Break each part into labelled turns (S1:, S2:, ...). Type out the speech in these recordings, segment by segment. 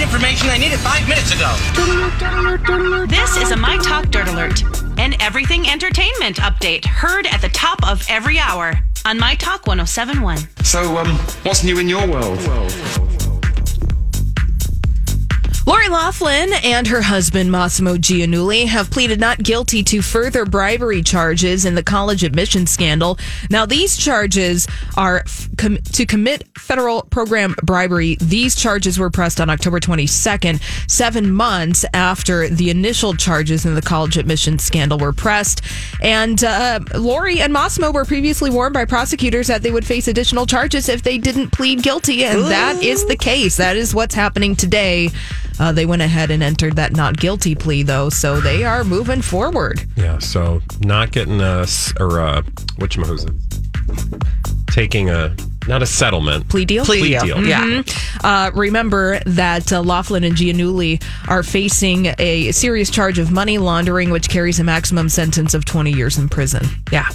S1: information I needed five minutes ago.
S2: This is a My Talk Dirt Alert, an everything entertainment update heard at the top of every hour on My Talk 1071.
S3: So, um, what's new in your world?
S4: Lori Laughlin and her husband Massimo Gianulli have pleaded not guilty to further bribery charges in the college admission scandal. Now, these charges are f- com- to commit federal program bribery. These charges were pressed on October 22nd, seven months after the initial charges in the college admission scandal were pressed. And uh, Lori and Massimo were previously warned by prosecutors that they would face additional charges if they didn't plead guilty, and that is the case. That is what's happening today. Uh, they went ahead and entered that not guilty plea, though, so they are moving forward.
S5: Yeah, so not getting us or uh, whatchamacallit, taking a not a settlement
S4: Plea deal?
S5: plea deal. Mm-hmm.
S6: Yeah.
S4: Uh, remember that uh, Laughlin and Gianulli are facing a serious charge of money laundering, which carries a maximum sentence of 20 years in prison.
S6: Yeah.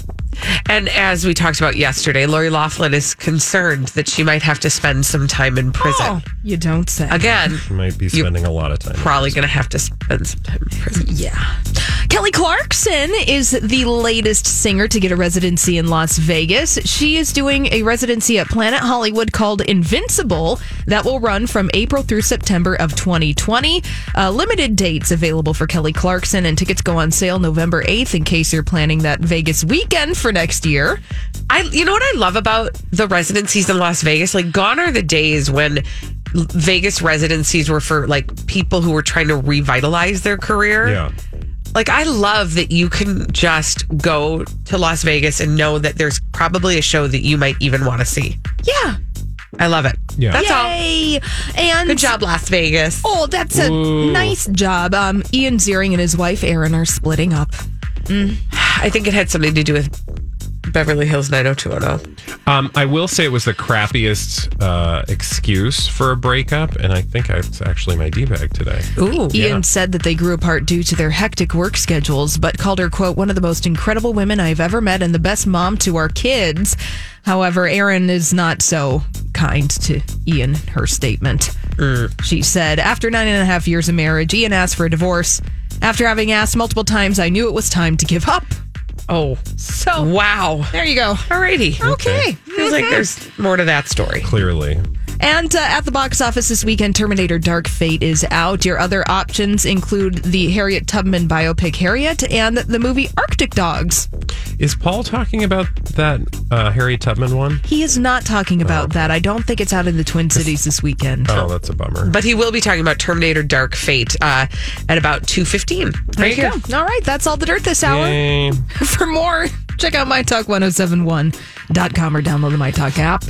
S6: And as we talked about yesterday, Lori Laughlin is concerned that she might have to spend some time in prison.
S5: Oh.
S4: you don't say.
S6: Again,
S5: Might be
S6: You-
S5: spending a lot of time.
S6: probably going to have to spend some time in prison.
S4: Yeah. Kelly Clarkson is the latest singer to get a residency in Las Vegas. She is doing a residency at Planet Hollywood called Invincible that will run from April through September of 2020. Uh, limited dates available for Kelly Clarkson, and tickets go on sale November 8th in case you're planning that Vegas weekend for next year.
S6: I you know what I love about the residencies in Las Vegas? Like gone are the days when L- Vegas residencies were for like people who were trying to revitalize their career.
S5: Yeah.
S6: Like I love that you can just go to Las Vegas and know that there's probably a show that you might even want to see.
S4: Yeah.
S6: I love it.
S5: Yeah.
S6: That's all.
S4: Yay. And
S6: Good job, Las Vegas.
S4: Oh, that's a nice job. Um, Ian Ziering and his wife Erin are splitting up.
S6: I think it had something to do with Beverly Hills 90210.
S5: Um, I will say it was the crappiest uh, excuse for a breakup, and I think I, it's actually my d bag today.
S6: Ooh.
S4: Ian said that they grew apart due to their hectic work schedules, but called her, quote, one of the most incredible women I've ever met and the best mom to our kids. However, Erin is not so kind to Ian, her statement. She said, after nine and a half years of marriage, Ian asked for a divorce. After having asked multiple times, I knew it was time to give up.
S6: Oh.
S4: So
S6: Wow.
S4: there you go.
S6: Alrighty.
S4: Okay.
S6: Feels like there's more to that story.
S5: Clearly.
S4: And uh, at the box office this weekend, Terminator Dark Fate is out. Your other options include the Harriet Tubman biopic Harriet and the movie Arctic Dogs.
S5: Is Paul talking about that uh, Harry Tubman one?
S4: He is not talking about that. I don't think it's out in the Twin Cities this weekend.
S5: Oh, that's a bummer.
S6: but he will be talking about Terminator Dark Fate uh, at about 2.15 right here.
S4: All right, that's all the dirt this hour.
S5: Yay.
S4: oh For more, check out mytalk1071.com or download the MyTalk app.